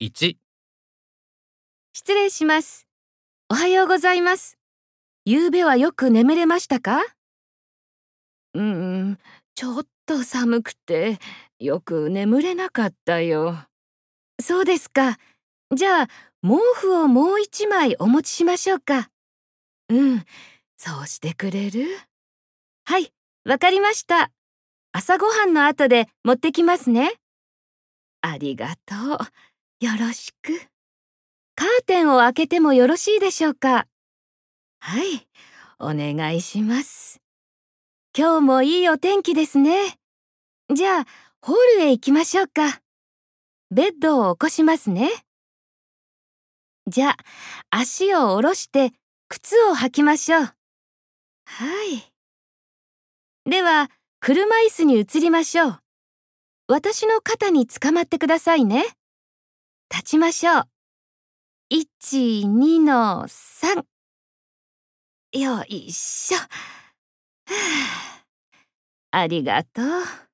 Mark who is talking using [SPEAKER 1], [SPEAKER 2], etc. [SPEAKER 1] 1、
[SPEAKER 2] 失礼します。おはようございます。昨べはよく眠れましたかうーん、ちょっと寒くて、よく眠れなかったよ。そうですか。じゃあ、毛布をもう一枚お持ちしましょうか。うん、そうしてくれるはい、わかりました。朝ごはんの後で持ってきますね。ありがとう。よろしく。カーテンを開けてもよろしいでしょうかはい、お願いします。今日もいいお天気ですね。じゃあ、ホールへ行きましょうか。ベッドを起こしますね。じゃあ、足を下ろして靴を履きましょう。はい。では、車椅子に移りましょう。私の肩につかまってくださいね。立ちましょう。一、二の三。よいしょ。はあありがとう。